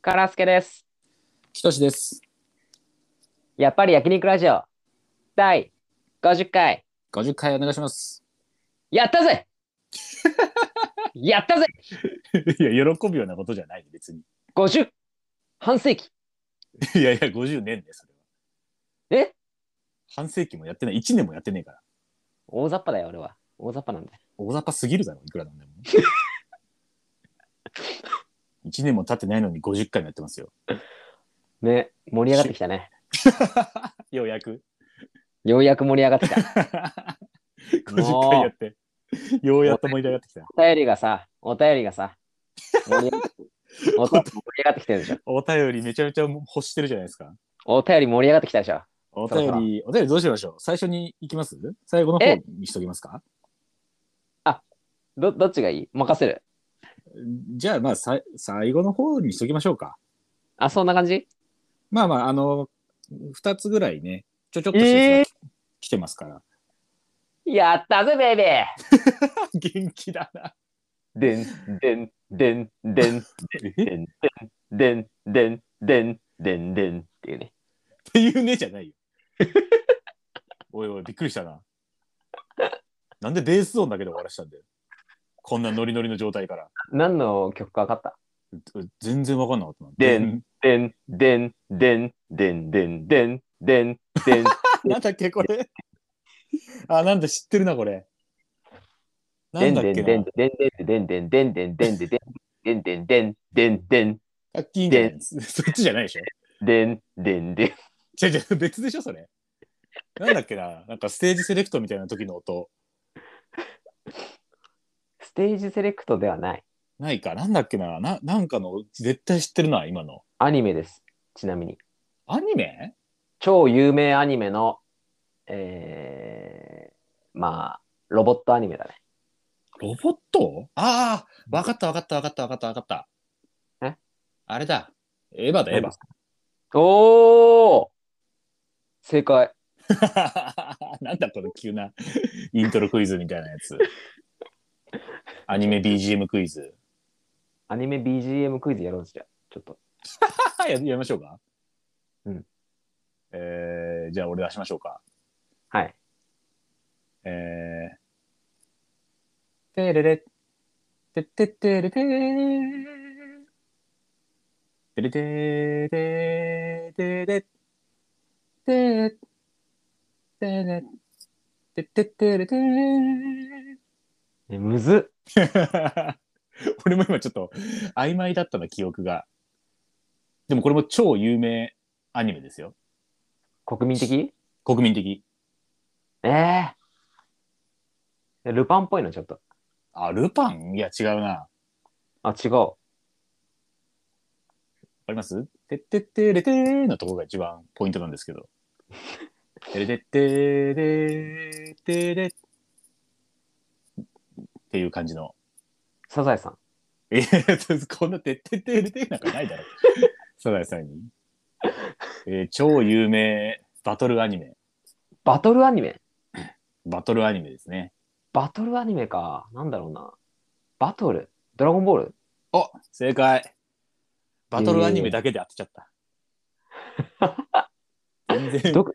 カラスケです。きとしです。やっぱり焼肉ラジオ第50回50回お願いします。やったぜやったぜ いや、喜ぶようなことじゃない、別に。 !50 半世紀いやいや、50年ね、それは。え半世紀もやってない、1年もやってねえから。大雑把だよ俺は。大雑把なんだよ。大雑把すぎるだろ、いくらなんでも。1年も経ってないのに50回もやってますよ。ね、盛り上がってきたね。ようや く。ようやく盛り上がってき た。 50回やって。ようやっと盛り上が ってきた。お便りがさ、お便りがさ、盛り上がってお便り盛り上がってきてるでしょ。お便りめちゃめちゃ欲してるじゃないですか。お便り盛り上がってきたでしょ。おそうそ便り、お便りどうしましょう最初に行きます最後の方えにしときますかど、どっちがいい任せる。じゃあ、まあさい、最後の方にしときましょうか。あ、そんな感じまあまあ、あの、二つぐらいね、ちょちょっとしたやつが来てますから。やったぜベイビー元気だな。でんでんでんでんでえっんでんでんでんでんでんっていうね。ていうねじゃないよ。 おいおい、びっくりしたな。なんでベース音だけで終わらしたんだよ。こんなノリノリの状態から。何の曲か分かったう全然わかんなかったな。でん、でんでんでんでんでんでんでんでん。 なんだっけ、こ れ。あ、なんだ、知ってるな、これ。なでんんだっでんけでんな。でんでんでんでんでんでんでんでんでんでんでんあっきいんじゃないです。そっちじゃないでしょ。でんでんでん。違う違う、別でしょ、それ。なんだっけな。なんかステージセレクトみたいな時の音。ステージセレクトではない。ないか。なんだっけな。な、なんかの、絶対知ってるな、今の。アニメです。ちなみに。アニメ超有名アニメの、えー、まあ、ロボットアニメだね。ロボットああ、わかったわかったわかったわかったわかった。えあれだ。エヴァだ、エヴおお正解。ァ。 なんだこの急なイントロクイズみたいなやつ。アニメ BGM クイズ。アニメ BGM クイズやろうじゃあ。ちょっと。ややりましょうか。うん。えー、じゃあ俺出しましょうか。はい。えー。てれれ。てってってれてー。てれてーれーてれ。てれ。てれ。てってってれてー。え、むずっ。俺も今ちょっと曖昧だったな記憶が。でもこれも超有名アニメですよ。国民的国民的。ええルパンっぽいの、ちょっと。あ、ルパンいや、違うな。わあ、違う。かりますてってってれてーのところが一番ポイントなんですけど。てれてってれーてれっていう感じの。サザエさん。え ー、こんなてってってれてーなんかないだろ。サザエさんに。えー超有名バトルアニメ。バトルアニメバトルアニメですね。バトルアニメか。なんだろうな。バトルドラゴンボールお正解バトルアニメだけで当てちゃった。全然ど、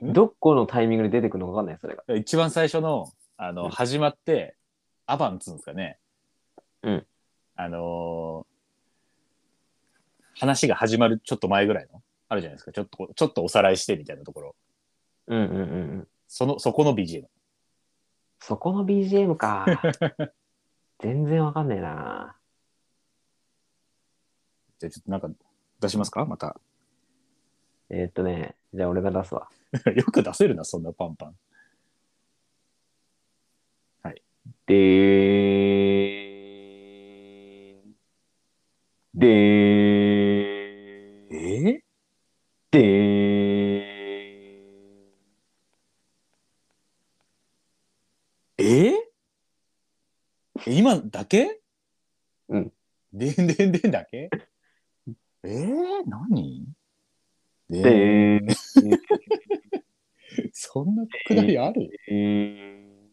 どこのタイミングで出てくるのかわかんない、それが。一番最初の、あの、うん始まって、アバンっつうんですかね。うん。あのー話が始まるちょっと前ぐらいの、あるじゃないですか。ちょっとこ、ちょっとおさらいしてみたいなところ。うんうんうんうん。その、そこの BGM。そこの BGM か。全然わかんねえな。じゃあちょっとなんか、出しますかまた。 えーっとね、じゃあ俺が出すわ。よく出せるな、そんなパンパン。でーん。でーん。えでーん。ええ今だけうん。でんでんでんだ けえー、何ででーん。そんなくだりあるえー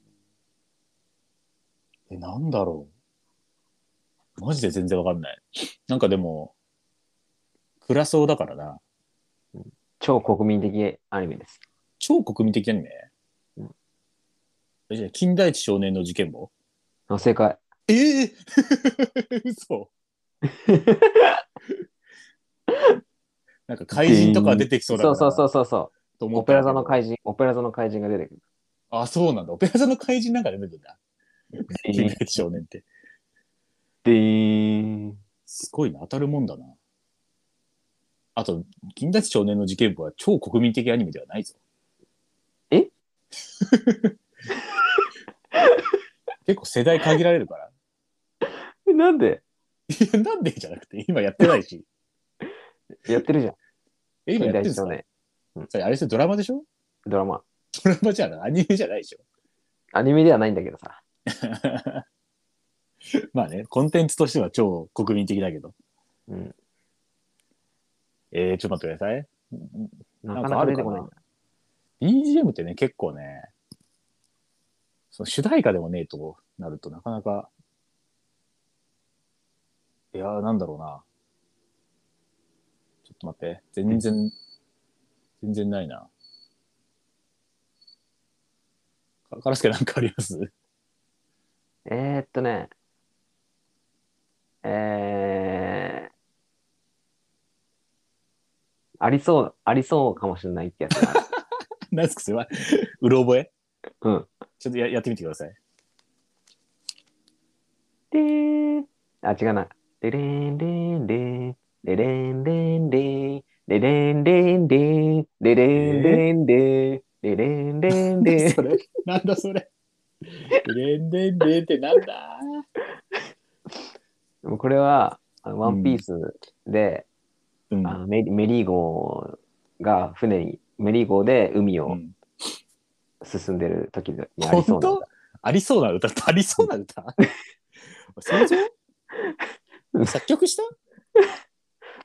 え、なんだろう。マジで全然わかんない。なんかでも、暗そうだからな。超国民的アニメです。超国民的アニメうん。えじゃあ金田一少年の事件簿あ正解。ええ嘘。なんか怪人とか出てきそうだそからうそうそううそうそう。と思オったペんだラけ座どの怪人、オペラ座の怪人が出てくる。あ、そうなんだ。オペラ座の怪人なんか出てくるんだ。金田一少年って。でーん。すごいな。当たるもんだな。あと、金田一少年の事件簿は超国民的アニメではないぞ。え 結構世代限られるから。 えなんでいや、なんでじゃなくて、今やってな いし。やってるじゃん。え、今や金って田るん一です少か年。それあれですよドラマでしょドラマ。ドラマじゃない。アニメじゃないでしょ。 アニメではないんだけどさ。まあね、コンテンツとしては超国民的だけど。うん。えー、ちょっと待ってください。なかなか出てこない。 BGM ってね、結構ね、その主題歌でもねえとなるとなかなか、いやー、なんだろうな。ちょっと待って、全然、全然ないな。かからすけなんかあります えー、っとね。えー。ありそう、ありそうかもしれないってやつがあ る。何ですかそれは、うろ覚えうん。ちょっとややってみてください。でーん。あ、違うな。でれんれんれん。でれんれんれん。でれんれんれん。でれんれんれん。でれんれんれん。 それなんだ それレンレンレンってなんだでもこれは、あのワンピースで、うんあのメリメリー号が船に、メリー号で海うをん進んでる時にありそ本うな当ありそうな歌ってありそうな歌想像作曲した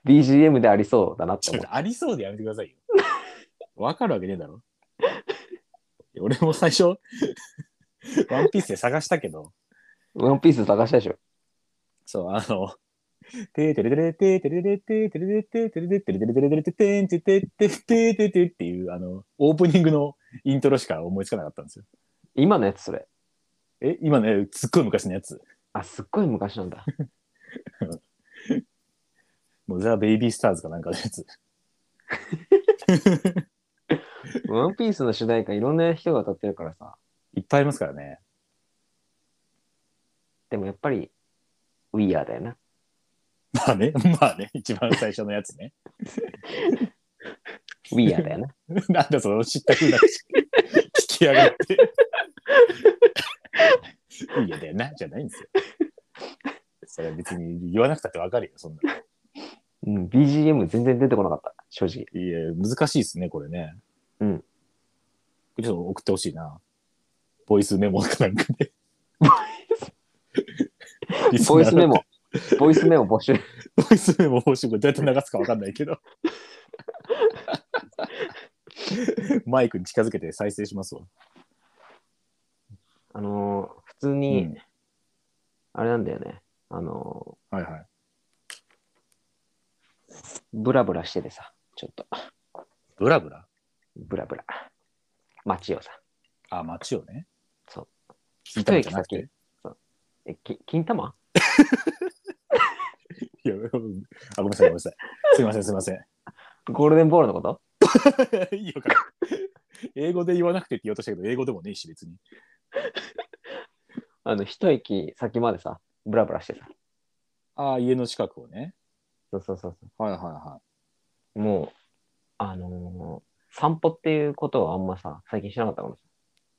BGM でありそうだなってちょ思っう。とありそうでやめてくださいよ。わかるわけねえだろ。俺も最初、ワンピースで探したけど、ワンピース探したでしょ。そう、あの、ててれてれててれれててれれててれれてれれてれれててんててててててっていう、あの、オープニングのイントロしか思いつかなかったんですよ。今のやつそれ。え、今ね、すっごい昔のやつ。あ、すっごい昔なんだ。もうザ・ベイビースターズかなんかのやつ。ワンピースの主題歌いろんな人が歌ってるからさ。いっぱいありますからね。でもやっぱり、ウィアーだよな。 まあね、まあね、一番最初のやつね。 ウィアーだよな。なんだその知ったふうな口聞き上がって。 いいやだよな、じゃないんですよ。それは別に言わなくたってわかるよ、そんなうん、BGM 全然出てこなかった。正直。の。いや、難しいですね、これね。うんこれちょっと送ってほしいな。ボイスメモかなんか で。リスナーボイスメモ。ボイスメモ募集。ボイスメモ方針これどうやって流すかわかんないけ ど。マイクに近づけて再生しますわ。あのー普通うに、ん、あれなんだよね。あのはいはい。ーブラブラしててさ。ちょっと、ブラブラブラブラ。街をさ。あ、街をね。そう。聞いたんじゃなくて。え、き金玉いや、うんあ、ごめんなさい、ごめんなさい。すいません、すいません。 ゴールデンボールのこといいよか英語で言わなくてって言おうとしたけど、英語でもねえし、別に。あの、一駅先までさ、ブラブラしてさ。ああ、家の近くをね。そうそうそうそはいはいはう。もう、あのー散歩っていうことをあんまさ、最近しなかったからさ。い。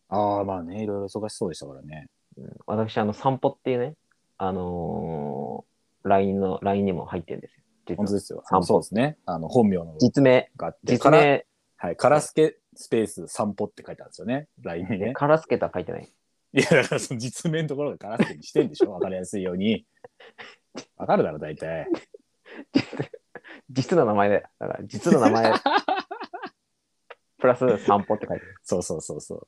ああ、まあね、いろいろ忙しそうでしたからね。うん私、あの、散歩っていうね、あのー、LINE の、LINE にも入ってるんですよ。実本当はですよ。散歩そうですね。あの、本名の実名、があって、実から、名、はい、からすけスペース散歩って書いてあるんですよね。LINE にね。カラスケとは書いてない。いや、だからその実名のところがからすけにしてんでしょわかりやすいように。わかるだろ、大体。実の名前で、だから実の名前、プラス散歩って書いてある。そうそうそうそ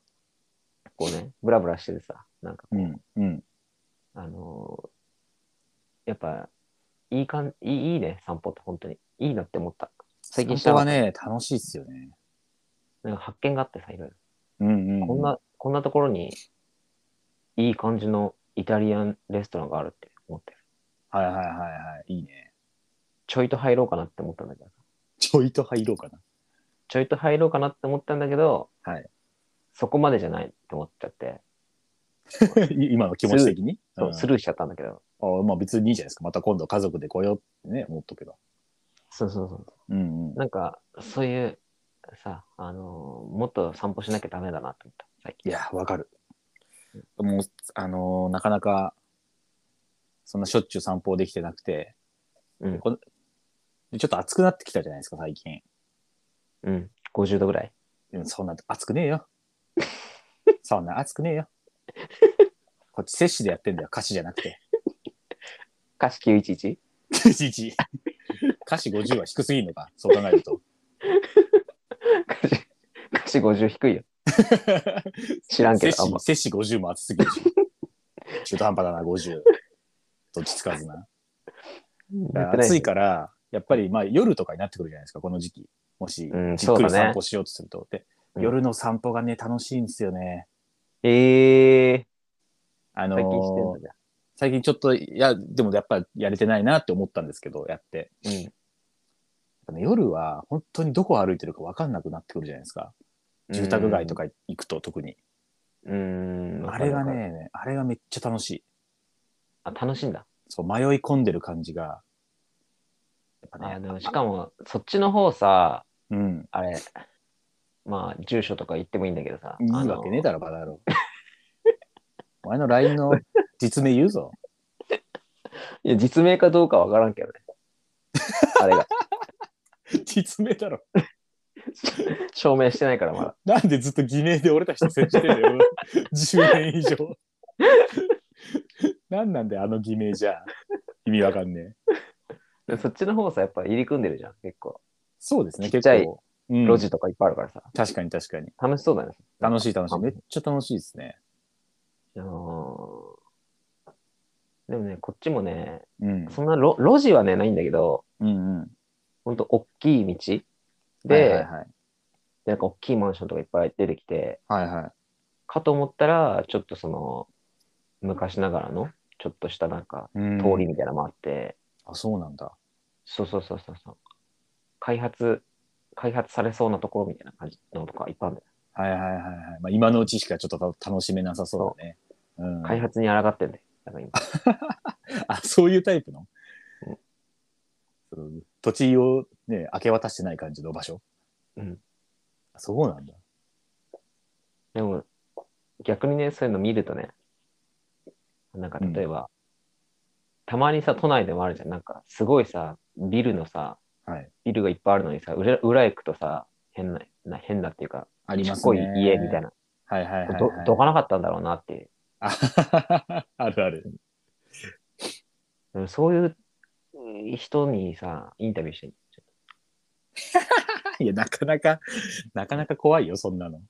こうね、ブラブラしててさ、なんかこう。う、うん。うん。あのーやっぱ、いいかん、いいいいね、散歩って本当に。いいなって思った。最近散した歩らはね、楽しいっすよね。なんか発見があってさ、いろいうんろ。うん。こんな、こんなところに、いい感じのイタリアンレストランがあるって思ってる。はいはいはいはい。いいね。ちょいと入ろうかなって思ったんだけど。ちょいと入ろうかな。ちょいと入ろうかなって思ったんだけど、はいそこまでじゃないって思っちゃって、今の気持ち的に。そううんスルーしちゃったんだけど。あまあ別にいいじゃないですか。また今度家族で来ようってね、思っとけば。そうそうそう。うんうん。なんか、そういう、さ、あのーもっと散歩しなきゃダメだなって思った、最い近。や、わかる。もう、あのーなかなか、そんなしょっちゅう散歩できてなくて、うんこのでちょっと暑くなってきたじゃないですか、最近。うん。50度ぐらい。でもそんな暑くね えよ。そんな暑くねえよ。こっち摂氏でやってんだよ、歌詞じゃな くて。歌詞 911? 11歌詞50は低すぎるのか、そう考えると。歌詞、歌詞50低いよ。知らんけ摂ど、あんま氏、摂氏50も暑すぎるし。中途半端だな、50。どっちつかずな。やってな暑いから、やっぱりまあ夜とかになってくるじゃないですか、この時期。もしう、んじっくそうだりね散歩しようとすると。で、うん夜の散歩がね、楽しいんですよね。ええあー、のー最近してんだね。最近ちょっと、いや、でもやっぱやれてないなって思ったんですけど、やって。あの夜は本当にどこ歩いてるか分かんなくなってくるじゃないですか。うん住宅街と。か行くと特に。うん。あれがわかるわかる。ね、あれがめっちゃ楽しい。あ、楽しいんだ。そう、迷い込んでる感じが。やっぱあね、のしかも、そっちの方さ、うん。あれ、まあ、住所とか言ってもいいんだけどさ。いいわけねえあのだろ、バカ 野郎。お前の LINE の実名言うぞ。いや、実名かどうかわからん けどね。あれが。実名だろ。証明してないから、まだ。なんでずっと偽名で俺たちと接してんだ よ。10年以上。なんなんだよ、あの偽名じゃ。意味わかんねえ。でそっちの方さ、やっぱ入り組んでるじゃん、結構。そうですね、ちっちゃい結構。うん路地とかいっぱいあるからさ。確かに確かに。楽しそうだね。楽しい。い楽しい。めっちゃ楽しいですね。あのーでもね、こっちもね、うん。そんな路路地はね、ないんだけど、うんうん。ほんと、大きい道で、はいはいはい。なんか大きいマンションとかいっぱい出てきて、はいはい。かと思ったら、ちょっとその、昔ながらの、ちょっとしたなんか、うん通りみたいなのもあって、あ、そうなんだ。そうそうそうそうそう。開発、開発されそうなところみたいな感じのとかいっぱいあるんだよ。はいはいはいはい。まあ、今のうちしかちょっとた楽しめなさそうだね。うん、開発に抗ってんだよ。だから今。あ、そういうタイプの、うんそう土地をね、明け渡してない感じの場所うん。あそうなんだ。でも、逆にね、そういうの見るとね、なんか例えば、たまにさ、都内でもあるじゃん。なんか、すごいさ、ビルのさ、はい。ビルがいっぱいあるのにさ、裏裏行くとさ、変な、な変なっていうか、あちっこい家みたいな。な。はいはいはい、はいど、どかなかったんだろうなっていう。あ あるある。でもそういううん人にさ、インタビューしていや、なかなか、なかなか怖いよ、そんなの。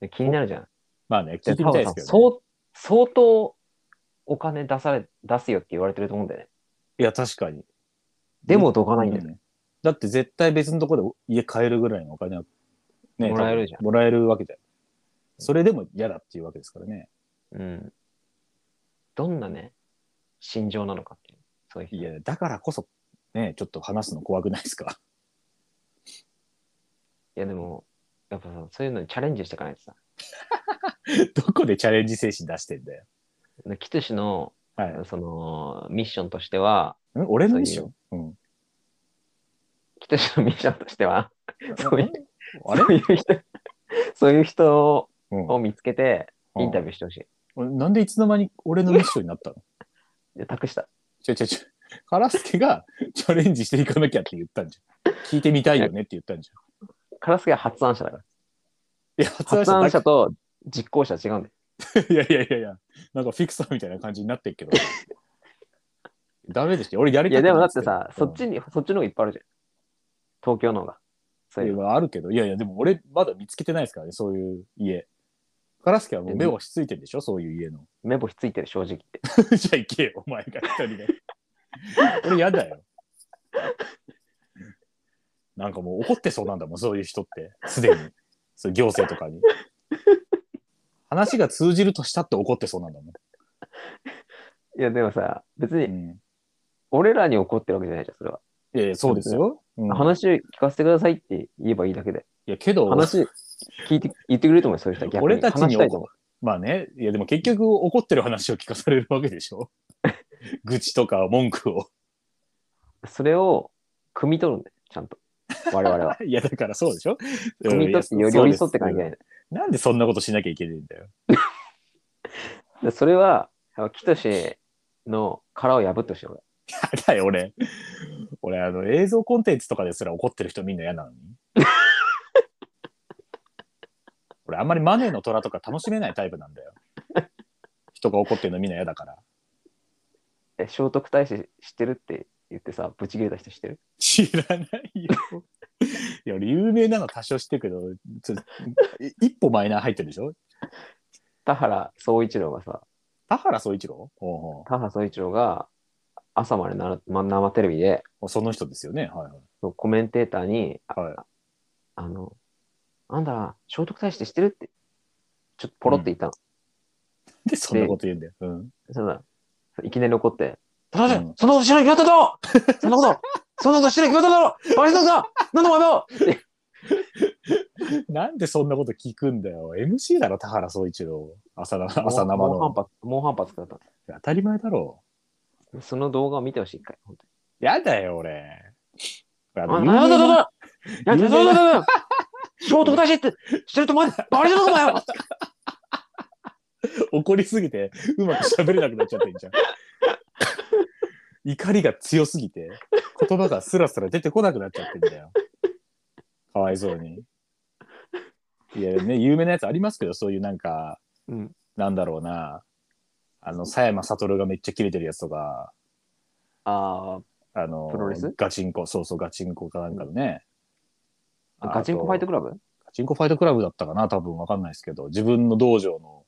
で気になるじゃん。まあね、じ聞ゃいてみあ、た多い分でさすけど、ね。相相当お金出され、出すよって言われてると思うんだよね。いや、確かに。でもどかないんだよね。ね。だって絶対別のところで家買えるぐらいのお金は、ねもらえるじゃん多分もらえるわけだよ。それでも嫌だっていうわけですからね。うん。どんなね、心情なのかっていう。そういう人いや、だからこそ、ね、ちょっと話すの怖くないですか。いやでも、やっぱさ、そういうのにチャレンジしていかないとさ。どこでチャレンジ精神出してんだよ。でキトシの、はい。その、ミッションとしては、ん俺のミッションうん。キトシのミッションとしては、そういう、あれそういう人、そういう人うんを見つけて、インタュビューしてほしい。ー。なんでいつの間に俺のミッションになったので託した。ちょちょちょ。カラスケがチャレンジしていかなきゃって言ったんじゃん。聞いてみたいよねって言ったんじゃカラスケは発案者だから。ん。いや、発案発者案だ者と実行者は違うんだよ。いやいやいやいや、なんかフィクサーみたいな感じになってるけど。ダメですよ。俺やりいたやくなでもだいってさ、そっちに。に、そっちの方がいっぱいあるじゃん。東京の方が。そういううんいやあるけど、いやいや、でも俺まだ見つけてないですからね、そういう家。カラスケはもう目をしついてるでしょ、そういう家の。目星ついてる正直って。 じゃあ行けよ、お前が一人で。俺やだよ。なんかもう怒ってそうなんだもん、そういう人って、すでに。そう行政とかに。話が通じるとしたって怒ってそうなんだもん。いや、でもさ、別うにん、俺らに怒ってるわけじゃないじゃん、それは。いやいや、そうですよ。うん、い話聞かせてくださいって言えばいいだけで。や、けど、話聞いて、言ってくれると思うよ、そういう人は逆に。俺たちに話したいと思う。まあね、いやでも結局怒ってる話を聞かされるわけでしょ 愚痴とか文句を。それを、汲み取るんだよ、ちゃんと。我々 は。いやだからそうでしょ汲み取ってより寄り添っていかなきゃいけない。なんでそんなことしなきゃいけないんだよ。でそれは、やっぱキトシの殻を破ってほしい、俺。やだよ、俺。俺、あの、映像コンテンツとかですら怒ってる人みんな嫌なのに。俺、あんまりマネーの虎とか楽しめないタイプなんだよ。人が怒ってるのみんな嫌だから。え、聖徳太子知ってるって言ってさ、ブチ切れた人知ってる知らないよ。いや、俺、有名なの多少知ってるけど、ちょい一歩マイナー入ってるでしょ田原総一郎がさ、田原総一郎ほうほ田原総一郎が朝までならま生テレビでうその人ですよね。はいそうコメンテーターに、あはい。はい、あの、あんた、聖徳太子って知ってるって、ちょっとポロって言ったの。で、そんなこと言うんだよ。うん。そんな、いきなり怒って、だうんそんなことしない決まっただろそんな こと、そんなことしない決まっただろバリさんだなんでお前もってなんでそんなこと聞くんだよ。MC だろ、田原総一郎。朝な朝生猛反の。発、猛反発だった当たり前だろ。の。その動画を見てほしい、一回。本当にやだよ、俺。ああ、のなるほど、な有る名なほど。なるほど。聖徳太子って、してると思う。バリだぞ、お前は怒りすぎて、うまく喋れなくなっちゃってんじゃん。怒りが強すぎて、言葉がスラスラ出てこなくなっちゃってんだよ。かわいそうに。いや、ね、有名なやつありますけど、そういうなんか、うん。なんだろうな、あの、佐山悟がめっちゃキレてるやつとか、ああのプロレス、ガチンコ、そうそう、ガチンコかなんかのね。あ、ガチンコファイトクラクラブブガチンコファイトクラブだったかな、多分わかんないですけど、自分の道場の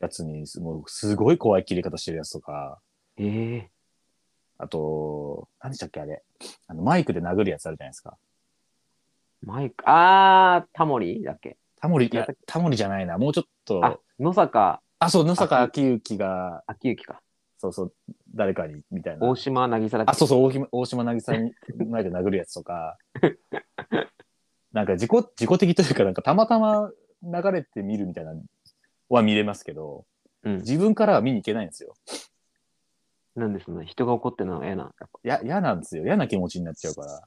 やつに、もうすごい怖い切り方してるやつとか、ええあと、何でしたっけ、あれ。あのマイクで殴るやつあるじゃないですか。マイク、あー、タモリだっけタモリ、いやっやたっ、タモリじゃないな、もうちょっと、ああ、、野坂そう、野坂昭之が、昭之か。そうそう、誰かに、みたいな大。島渚だっけあ、そうそう、大島大島渚に、前で殴るやつとか、なんか自己、自己的というか、なんかたまたま流れて見るみたいなのは見れますけど、うん。自分からは見に行けないんですよ。なんでそんな人が怒ってるのが嫌なのやっぱや、嫌なんですよ。嫌な気持ちになっちゃうから。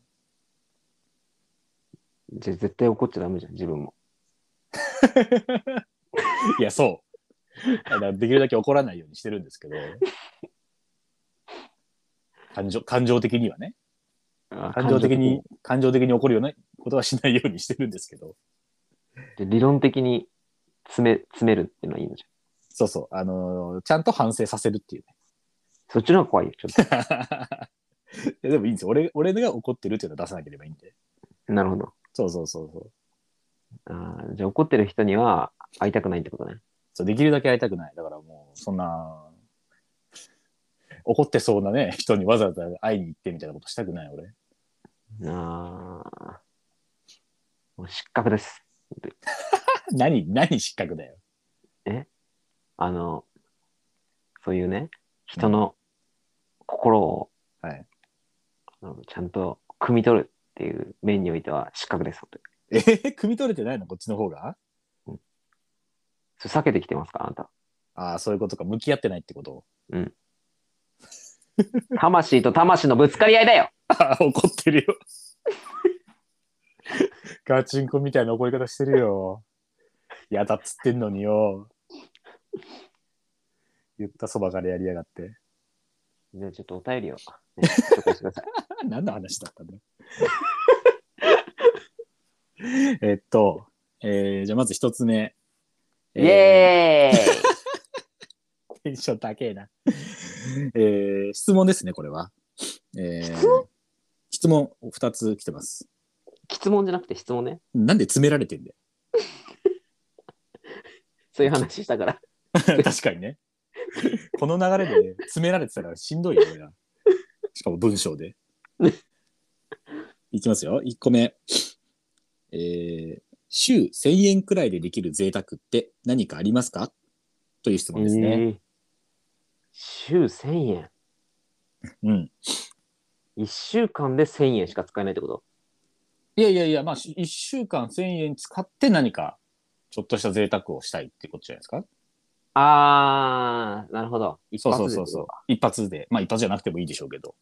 じゃあ絶対怒っちゃダメじゃん、自分も。いや、そう。だからできるだけ怒らないようにしてるんですけど。感情、感情的にはね。感情的に、感情的に怒るようなことはしないようにしてるんですけど。感情的に。理論的に詰め、詰めるっていうのはいいのじゃん。そうそう。あのーちゃんと反省させるっていうね。そっちの方が怖いよ、ちょっ いやでもいいんですよ。俺、俺が怒ってるっていうのは出さなければいいんで。と。 なるほど。そうそうそうそう。あーじゃあ怒ってる人には会いたくないってことね。そう、できるだけ会いたくない。だからもう、そんな、怒ってそうなね、人にわざわざ会いに行ってみたいなことしたくない、俺。ああ。もう失格です。何、何失格だよ。あの、そういうね、人の心を、はいあのちゃんと汲み取るっていう面においては失格です。本当にえー、汲み取れてないのこっちの方がそれ避けてきてますかあなた。ああ、そういうことか。向き合ってないってこと。魂と魂のぶつかり合いだよああ、 怒ってるよ。 ガチンコみたいな怒り方してるよ。やだっつってんのによ。言ったそばからやりやがって。じゃあちょっとお便り を、ね、紹介してください。あ 何の話だったんだ えっと、えーじゃあまず一つ目。イエーイーテンション高えな。 えー質問ですね、これは。えー質問質問二つ来てます。質問じゃなくて質問ね。なんで詰められてんだよ。そういう話したから。 確かにね。この流れで詰められてたらしんどいよ、俺ら。しかも文章で。いきますよ。1個目。えー週1000円くらいでできる贅沢って何かありますかという質問ですね。えー週1000円。うん。 1週間で1000円しか使えないってこといやいやいや、まあ、し1週間1000円使って何か、ちょっとした贅沢をしたいってことじゃないですか。あー、なるほど。一そう発そでうそうそう。一発で。まあ、一発じゃなくてもいいでしょうけど。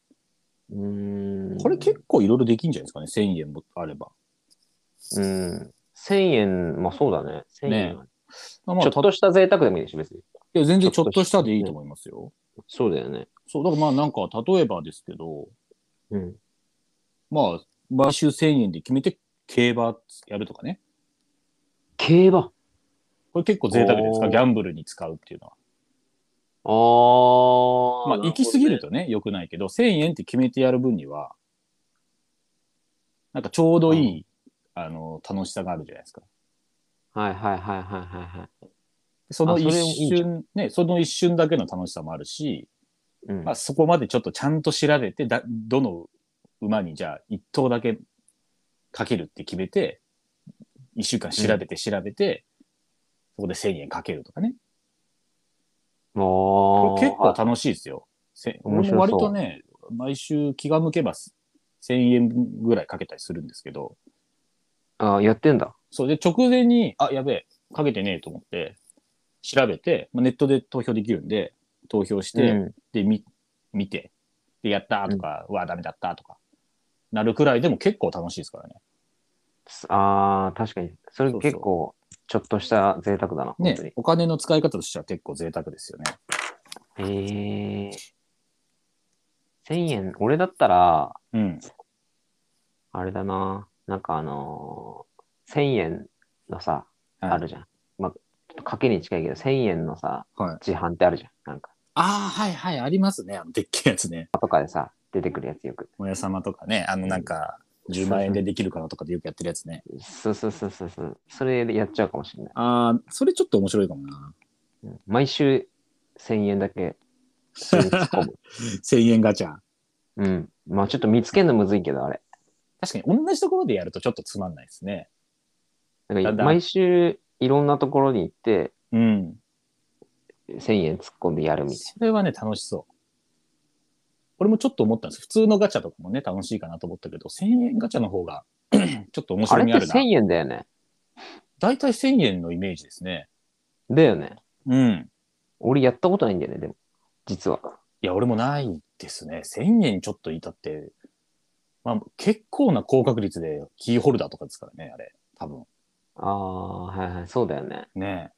うーん。これ結構いろいろできんじゃないですかね。1000円もあれば。うん。1000円、まあそうだね。1000円。ねまあ、まあちょったとした贅沢でもいいでしょ、別に。いや、全然ちょっとしたでいいと思いますよ。そうだよね。そう、だからまあなんか、例えばですけど、うん。まあ、毎週1000円で決めて競馬やるとかね。競馬。これ結構贅沢じゃないですおか。ーギャンブルに使うっていうのは。ああ。まあ、行き過ぎると。とね、良くないけど、1000円って決めてやる分には、なんかちょうどいい、あの、楽しさがあるじゃないですか。はいはいはいはいはいはい。そのあそ一れいいじゃ瞬、ね、その一瞬だけの楽しさもあるし、うんまあ、そこまでちょっとちゃんと調べて、だどの馬にじゃあ一頭だけかけるって決めて、一週間調べて調べて、そこで1000円かけるとかね。おこれ結構楽しいですよ。せ面白俺そうも割とね、毎週気が向けばす1000円ぐらいかけたりするんですけど、ああ、やってんだ。それで直前に、あ、やべえ、かけてねえと思って、調べて、まあ、ネットで投票できるんで、投票して、うんで、み、見て、で、やったーとか、うわ、ダメだったーとか、なるくらいでも結構楽しいですからね。ああ、確かに。それそうそう結構、ちょっとした贅沢だな、本当にね。、お金の使い方としては結構贅沢ですよね。へえ。1000円、俺だったら、うん。あれだな。なんかあのー、1000円のさ、はいあるじゃん。まあ、ちょっと賭けに近いけど、1000円のさ、はい自販ってあるじゃん。なんか、ああ、はいはい、ありますね。あの、でっけえやつね。とかでさ、出てくるやつよく。お屋様とかね、あの、なんか、10万円でできるかなとかでよくやってるやつね。そうそうそうそうそう。それでやっちゃうかもしれない。ああ、それちょっと面白いかもな。うん毎週1000円だけ、それに突っ 込む。 1000円ガチャ。うん。まあちょっと見つけるのむずいけど、あれ。確かに同じところでやるとちょっとつまんないですね。なんだんかだん毎週いろんなところに行って、うん。 1000円突っ込んでやるみたいそれはね、楽しそう。俺もちょっと思ったんです。普通のガチャとかもね、楽しいかなと思ったけど、1000円ガチャの方が、 ちょっと面な。あ白れみあってるな1000。円だよね。大体1000円のイメージですね。だよね。うん。俺やったことないんだよね、でも。実は。いや、俺もないですね。1000円ちょっといたって、まあ、結構な高確率でキーホルダーとかですからね、あれ。多分。ああ、はいはい、そうだよね。ね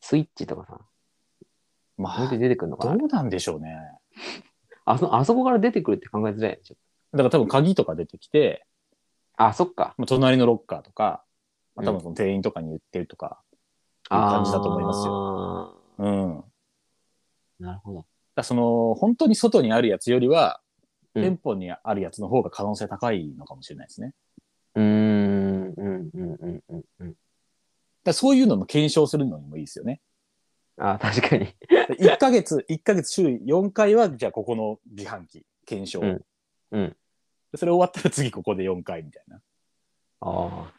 スイッチとかさ、え。まこれあで、出てくるのかどなうなんでしょうね。あそあそこから出てくるって考えづらいねちょっだから多分鍵とか出てきて、とあ、そっか。まあ、隣のロッカーとか、まあ、多分その店員とかに言ってるとか、いう感じだと思いますよ。うん。だかなるほど。らその、本当に外にあるやつよりは、うん店舗にあるやつの方が可能性高いのかもしれないですね。だかうーん、うん、うん、うん、うんうん。らそういうのも検証するのにもいいですよね。あー確かに。 1ヶ月、 一ヶ月週4回は、じゃあここの自販機、検証。うんうんでそれ終わったら次ここで4回みたいな。ああ。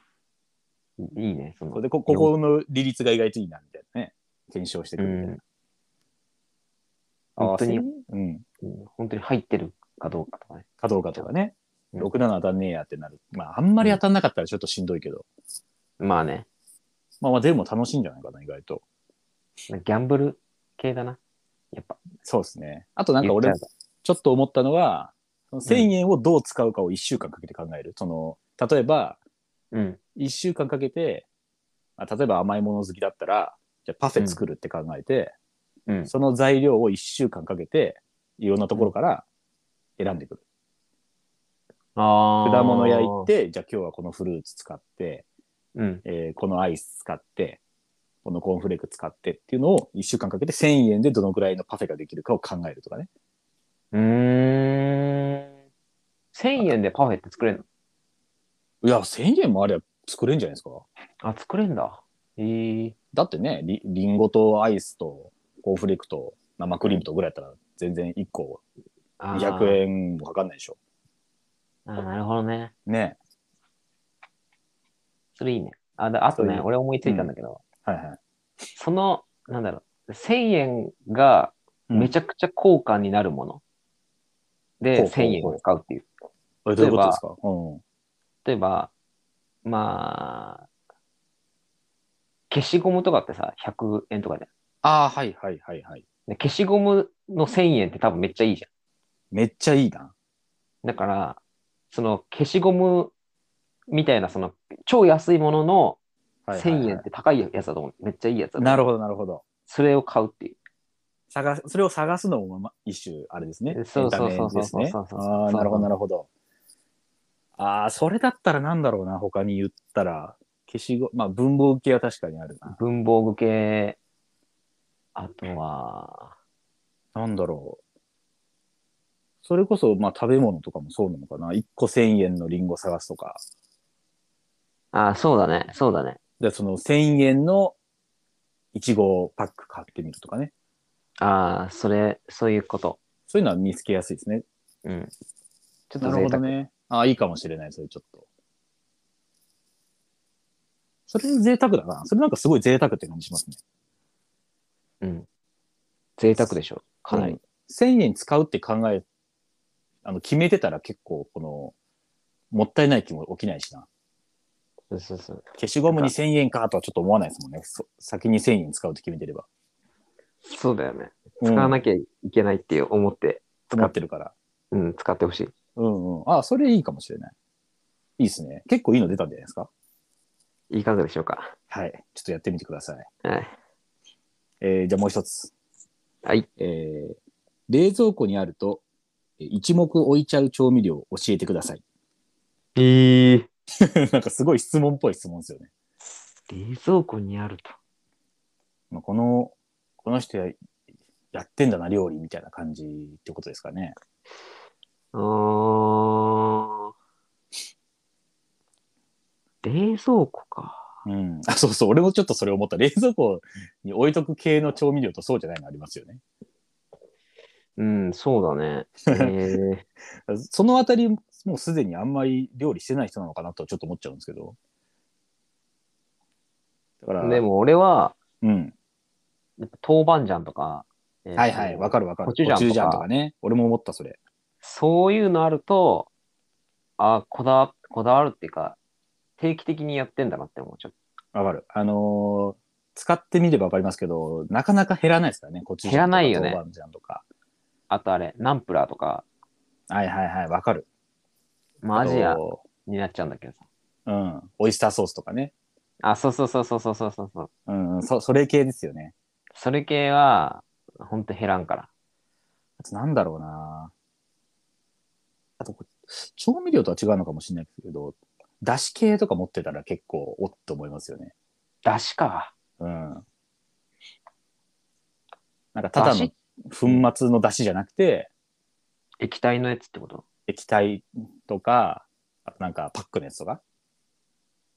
いいね、そそれの。でこ、ここの利率が意外といいな、みたいなね。検証してくうるみたいな。ん、本当にああそうううん。ん本当に入ってるかどうかとかね。かどうかとかね。うん6、7当たんねえやってなる。まあ、あんまり当たんなかったらちょっとしんどいけど。まあね、まあまあ、でも楽しいんじゃないかな、意外と。ギャンブル系だな。やっぱ。そうですね。あとなんか俺言っ、ちゃちょっと思ったのは、その1000円をどう使うかを1週間かけて考える。その、例えば、ううん。 1週間かけて、あ例えば甘いもの好きだったら、じゃあパフェ作るって考えて、うん。その材料を1週間かけて、いろんなところから選んでくる。あ果物屋行っ。て、じゃあ今日はこのフルーツ使って、うん。えーこのアイス使って、このコーンフレーク使ってっていうのを1週間かけて1000円でどのくらいのパフェができるかを考えるとかね。うーん。1000円でパフェって作れるのいや、1000円もあれば作れんじゃないですか。あ、作れんだ。ええだってね、りりんごとアイスとコーンフレークと生クリームとぐらいやったら全然1個あー200円もかかんないでしょ。あーなるほどね。ねそれいいね。あ、だあとそうねい、う俺思いついたんだけど、はいはい。その、なんだろう、1000円がめちゃゃくちゃ高価になるもの。ほうで、ほうほう1000円を使うっていう。どういうことですかうん。例えば、まあ、消しゴムとかってさ、100円とかじゃんああ、はいはいはいはい。で。消しゴムの1000円って多分めっちゃいいじゃん。めっちゃいいな。だから、その消しゴムみたいな、その超安いもののはいはいはい1000円って高いやつだと思う。めっちゃいいやつだと思う。なるほどなるほど。それを買うっていう。探すそれを探すのもま一種あれですね。そうそうそうそうエンタメですねそうそうそうああ、なるほどなるほど。ああ、それだったらなんだろうな、他に言ったら。消しゴまあ文房具系は確かにあるな。文房具系、あとは、なんだろう。それこそ、まあ食べ物とかもそうなのかな。1個1000円のリンゴ探すとか。あ、そうだね、そうだね。で、その1000円のいちごパック買ってみるとかね。ああ、それ、そういうこと。そういうのは見つけやすいですね。うん。ちょっなとる贅ほど沢。ね。ああ、いいかもしれない、それちょっと。それ贅沢だな。それなんかすごい贅沢って感じしますね。うん。贅沢でしょ、かなうりん。。1000円使うって考え、あの、決めてたら結構、この、もったいない気も起きないしな。そうそうそう。消しゴムに1000円かとはちょっと思わないですもんね。そ先に1000円使うって決めてれば。そうだよね。うん使わなきゃいけないって思って、思ってるから。うん、使ってほしい。うんうん。ああ、それいいかもしれない。いいですね。結構いいの出たんじゃないですかいかがでしょうか。はい。ちょっとやってみてください。はい。えーじゃあもう一つ。はい。えー冷蔵庫にあるとえー一目置いちゃう調味料を教えてください。えー、 なんかすごい質問っぽい質問ですよね。冷蔵庫にあると。まあこの、この人ややってんだな、料理みたいな感じってことですかね。あー冷蔵庫か。うん。あ、そうそう。俺もちょっとそれ思った。冷蔵庫に置いとく系の調味料とそうじゃないのありますよね。うん、そうだ ね。えー、そのあたり、もうすでにあんまり料理してない人なのかなとちょっと思っちゃうんですけど。だから、でも俺は、うん。やっぱ豆板醤とか、えーはいはい。わかるわかる。コチュジャンとかコとかね。俺も思った、それ。そういうのあると、あこだわ、こだわるっていうか、定期的にやってんだなって思う。ちょっわかる。あのー使ってみればわかりますけど、なかなか減らないですからね、こっち減らないよね豆板醤とか。とあとあれ、ナンプラーとか、はいはいはい、わかる。まあ、アジアあとになっちゃうんだけどさ。うん、オイスターソースとかね。あ、そうそうそうそうそうそうそうそう。うん、うんそ、それ系ですよね。それ系は、ほんと減らんから。あとなんだろうなあとこ、調味料とは違うのかもしれないけど、だし系とか持ってたら結構おっと思いますよね。だしか。うん。なんかただ出の汁粉末のだしじゃなくて、液体のやつってこと液体とか、あとなんかパックのやつとか。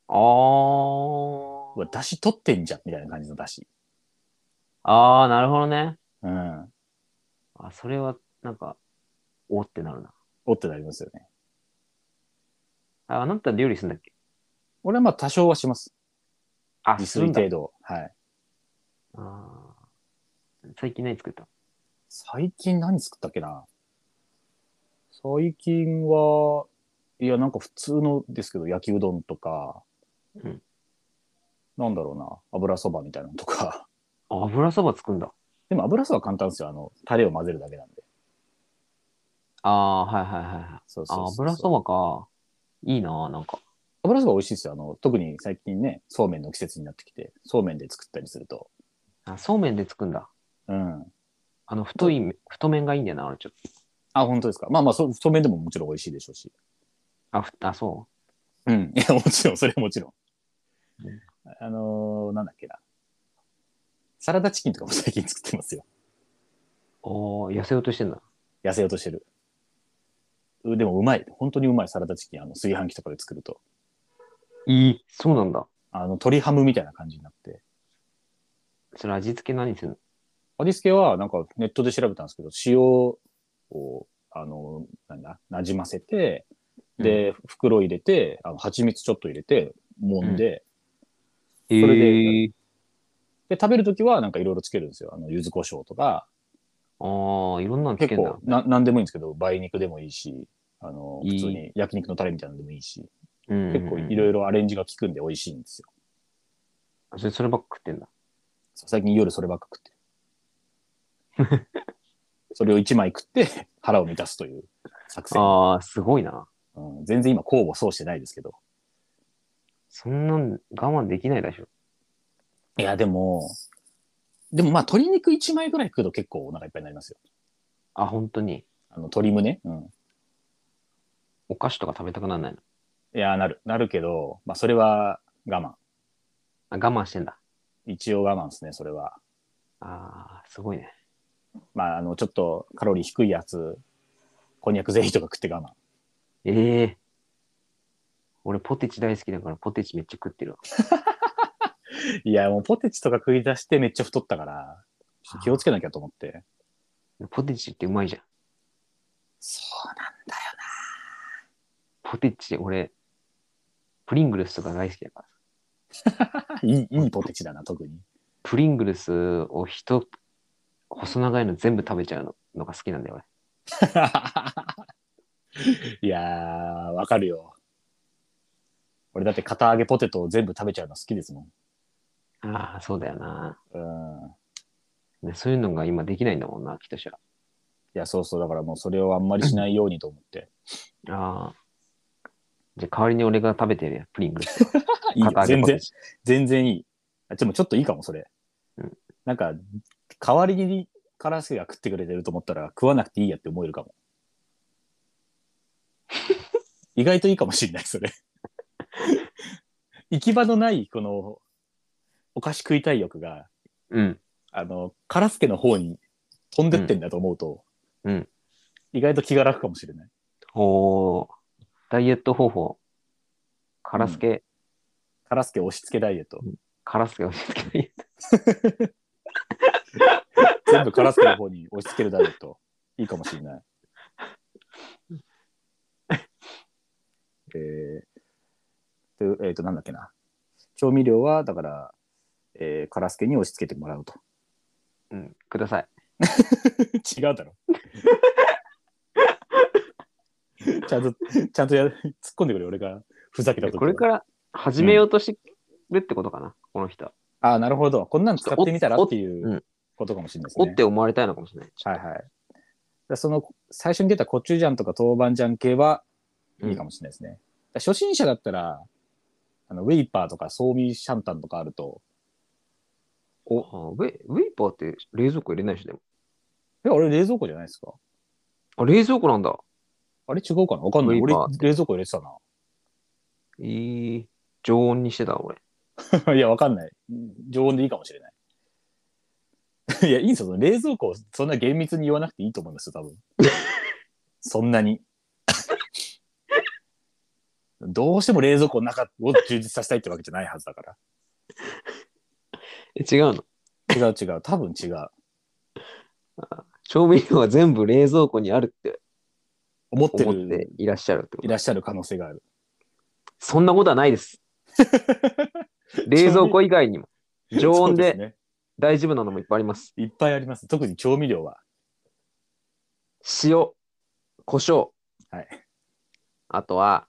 あーうわ、だし取ってんじゃんみたいな感じのだし。あー、なるほどね。うん。あ、それは、なんか、おーってなるな。おってなりますよね。あ、あなた料理するんだっけ俺はまあ多少はします。あ、自す炊るんだ。程度。はい。あー最近何作った最近何作ったっけな最近は、いや、なんか普通のですけど、焼きうどんとか、うんなんだろうな、油そばみたいなのとか。 あ油そば作るんだ。でも油そば簡単ですよ。あの、タレを混ぜるだけなんで。ああ、はいはいはいはい。そうそうあそう油そばか。いいな、なんか。油そば美味しいですよ。あの、特に最近ね、そうめんの季節になってきて、そうめんで作ったりすると。あそうめんで作るんだ。うん。あの、太い、太麺がいいんだよな、あれちょっあ、本当ですか。まあまあ、そそうめんでももちろん美味しいでしょうし。と。あ、ふあそう。うん。いや、もちろん、それはもちろん。うんあのーなんだっけな。サラダチキンとかも最近作ってますよ。おー痩せようとしてんだ。痩せようとしてる。うでもうまい。本当にうまいサラダチキン。あの、炊飯器とかで作ると。いい。そうなんだ。あの、鶏ハムみたいな感じになって。それ味付け何するの味付けは、なんかネットで調べたんですけど、塩を、あの、なんだ、なじませて、で、袋入れて、あの蜂蜜ちょっと入れて、揉んで、それでえー、で、食べるときはなんかいろいろつけるんですよ。あの、柚子胡椒とか、ああ、いろんなのつけ結んだ構。な、なんでもいいんですけど、梅肉でもいいし、あの、い普い通に焼肉のタレみたいなのでもいいし、結結構いろいろアレンジが効くんで美味しいんですよ。それそればっか食ってんだ。そう最近夜そればっか食ってる。 それを1枚食って腹を満たすという作戦。ああ、すごいな。うん、全然今、交互そうしてないですけど。そんなん我慢できないでしょ。いや、でも、でもまあ、鶏肉1枚ぐらい食うと結構お腹いっぱいになりますよ。あ、本当に。あの、鶏胸。うん。お菓子とか食べたくならないの。いや、なる。なるけど、まあ、それは我あ我慢してんだ。慢。一応我慢ですね、それは。ああ、すごいね。まあ、あの、ちょっとカロリー低いやつ、こんにゃくゼリーとか食って我慢。ええ俺ポテチ大好きだからポテチめっちゃ食ってるわ。 いや、もうポテチとか食い出してめっちゃ太ったから、ちょっと気をつけなきゃと思って。ポテチってうまいじゃん。そうなんだよな。ポテチ俺、プリングルスとか大好きだから。いい、いいポテチだな、特に。 プリングルスを一、細長いの全部食べちゃうののが好きなんだよ俺。いやー、わかるよ。俺だって片揚げポテトを全部食べちゃうの好きですもああ、そうだよな。ん。うん。ねそういうのが今できないんだもんな、きっとしいや、そうそう、だからもうそれをあんまりしないようにと思って。ああ。じゃあ代わりに俺が食べてるや、プリングルス。 いいよ片揚げ全ポテ然、チ全然いい。あ、でもちょっといいかも、それ。うんなんか、代わりにカラスケが食ってくれてると思ったら食わなくていいやって思えるか も。意外といいかもしれない、それ。行き場のない、この、お菓子食いたい欲が、うん。あの、カラスケの方に飛んでってんだと思うと、うんうん意外と気が楽かもしれない。おーダイエット方法。カラスケ、カラスケ押し付けダイエット。カラスケをしつけない。全部カラスケの方に押し付けるダイエ ット。いいかもしれない。えー、と、えーと、なんだっけな。調味料は、だから、えー、カラスケに押し付けてもらうと。うん、ください。違うだろ。 ちゃんと、ちゃんとや突っ込んでくれ、俺がふざけたとこれから始めようとしてるってことかな、この人は。ああ、なるほど。こんなん使ってみたらおっていおうんうことかもしれないですおね。って思われたいのかもしれない。はいはい。だからその、最初に出たコチュジャンとか豆板醤系はうんいいかもしれないですね。だから初心者だったら、あの、ウェイパーとかソーミーシャンタンとかあると、お、あウェイウェイパーって冷蔵庫入れないし、でも。え、あれ冷蔵庫じゃないですかあ、冷蔵庫なんだ。あれ違うかなわかんなウい。ェイ俺パー、冷蔵庫入れてたえー、常温にしてた、俺。な。い や、わかんない。常温でいいかもしれない。 いや、いいんですよ。冷蔵庫、そんな厳密に言わなくていいと思いますよ、多分。そんなに。 どうしても冷蔵庫の中を充実させたいってわけじゃないはずだから。え、違うの違う違う多分違う調味料は全部冷蔵庫にあるって思って思ってるいらっしゃるってこいと。らっしゃる可能性があるそんなことはない です。冷蔵庫以外にも常温そうです大丈夫なのもいっぱいあります。ね、いっぱいあります特に調味料は塩、胡椒。はい。あとは、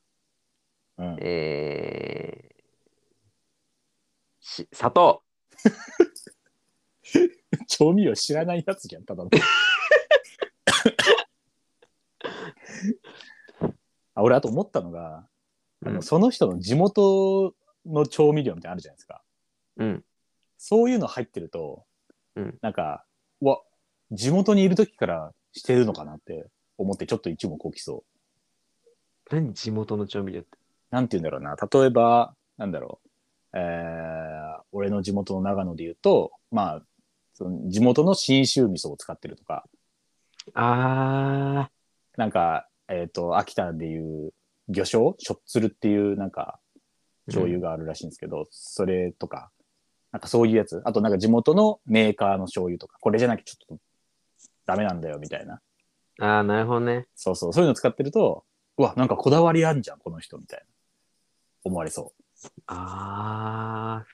うんえー、し砂糖。調味料知らないやつじゃ んただのあ俺あと思ったのが、あうのんその人の地元の調味料みたいなのあるじゃないですかうん。そういうの入ってると、うんなんかうわ地元にいる時からしてるのかなって思ってちょっと一目置きそう何地元の調味料って。なんて言うんだろうな、例えば、なんだろう、えー、俺の地元の長野で言うと、まあ、その地元の信州味噌を使ってるとか、あなんか、えっ、と、秋田でいう魚醤、しょっつるっていう、なんか、ー。醤油うんがあるらしいんですけど、それとか、なんかそういうやつ、あとなんか地元のメーカーの醤油とか、これじゃなきゃちょっとダメなんだよみたいな、あー、なるほどね。そうそう、そういうの使ってると、うわ、なんかこだわりあんじゃん、この人、みたいな。思われそあ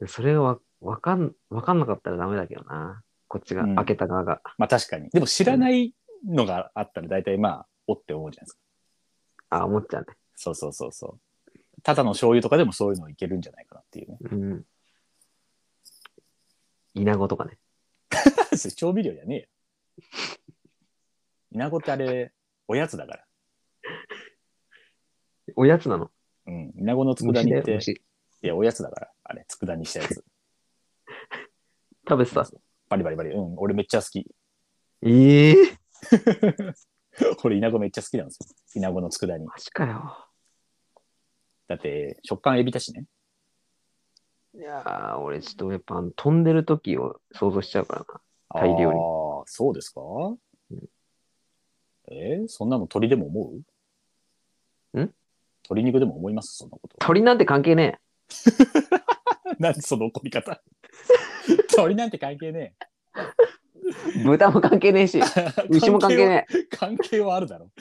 ー。それがわわかん、わかんなかったらダメだけどな。こっちが、うん開けた側が。う。まあ確かに。でも知らないのがあったら大体まあ、おって思うじゃないですか。あ、思っちゃうね。そうそうそうそう。ただの醤油とかでもそういうのいけるんじゃないかなっていうね。 うん。イナゴとかね。それ調味料じゃねえよ。イナゴってあれ、おやつだから。おやつなの。うん。イナゴの佃虫煮だっよ、て、虫。いや、おやつだから。あれ、佃煮したやつ。食べてた。バリバリバリ。うん、俺めっちゃ好き。 ええー、俺、イナゴめっちゃ好きなんですよ。イナゴの佃煮。マジかよ。だって、食感エビだしね。いやー、俺ちょっとやっぱあの飛んでる時を想像しちゃうからな。タイ料理ああ、そうですか、んえーそんなの鶏でも思うん鶏肉でも思いますそんなこと。 鳥なんて関係ねなんでその怒 り方鳥なんて関係ね え。豚も関係ねえし、え。 牛も関係ねえ。関係はあるだろ。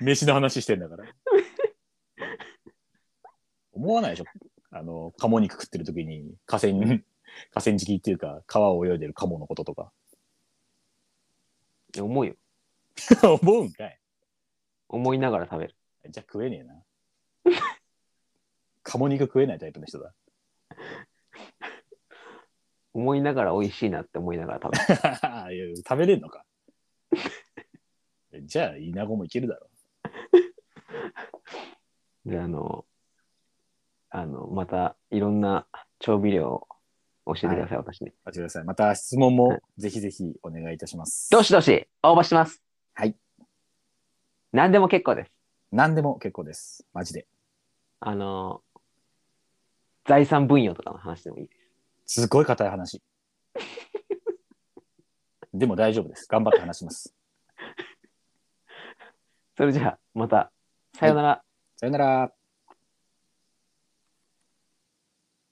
飯の話してん だから。思わないでしょあの、鴨肉食ってる時に河川、 河川敷っていうか、川を泳いでる鴨のこととか。 いや思うよ。思うんかい。思いながら食べる。じゃあ食えねえな。 鴨肉食えないタイプの人だ。 思いながら美味しいなって思いながら食べる。いや食べれんのか。 じゃあ、イナゴもいけるだろ。で、あの、あの、またいろんな調味料を教えてください、私に。待ってください。また質問もぜひぜひお願いいたします。どしどし応募します。はい。何でも結構です。何でも結構です。マジで。あの、財産分与とかの話でもいいです。すごい硬い話。 でも大丈夫です。頑張って話します。それじゃあ、また、さようなら。さよなら。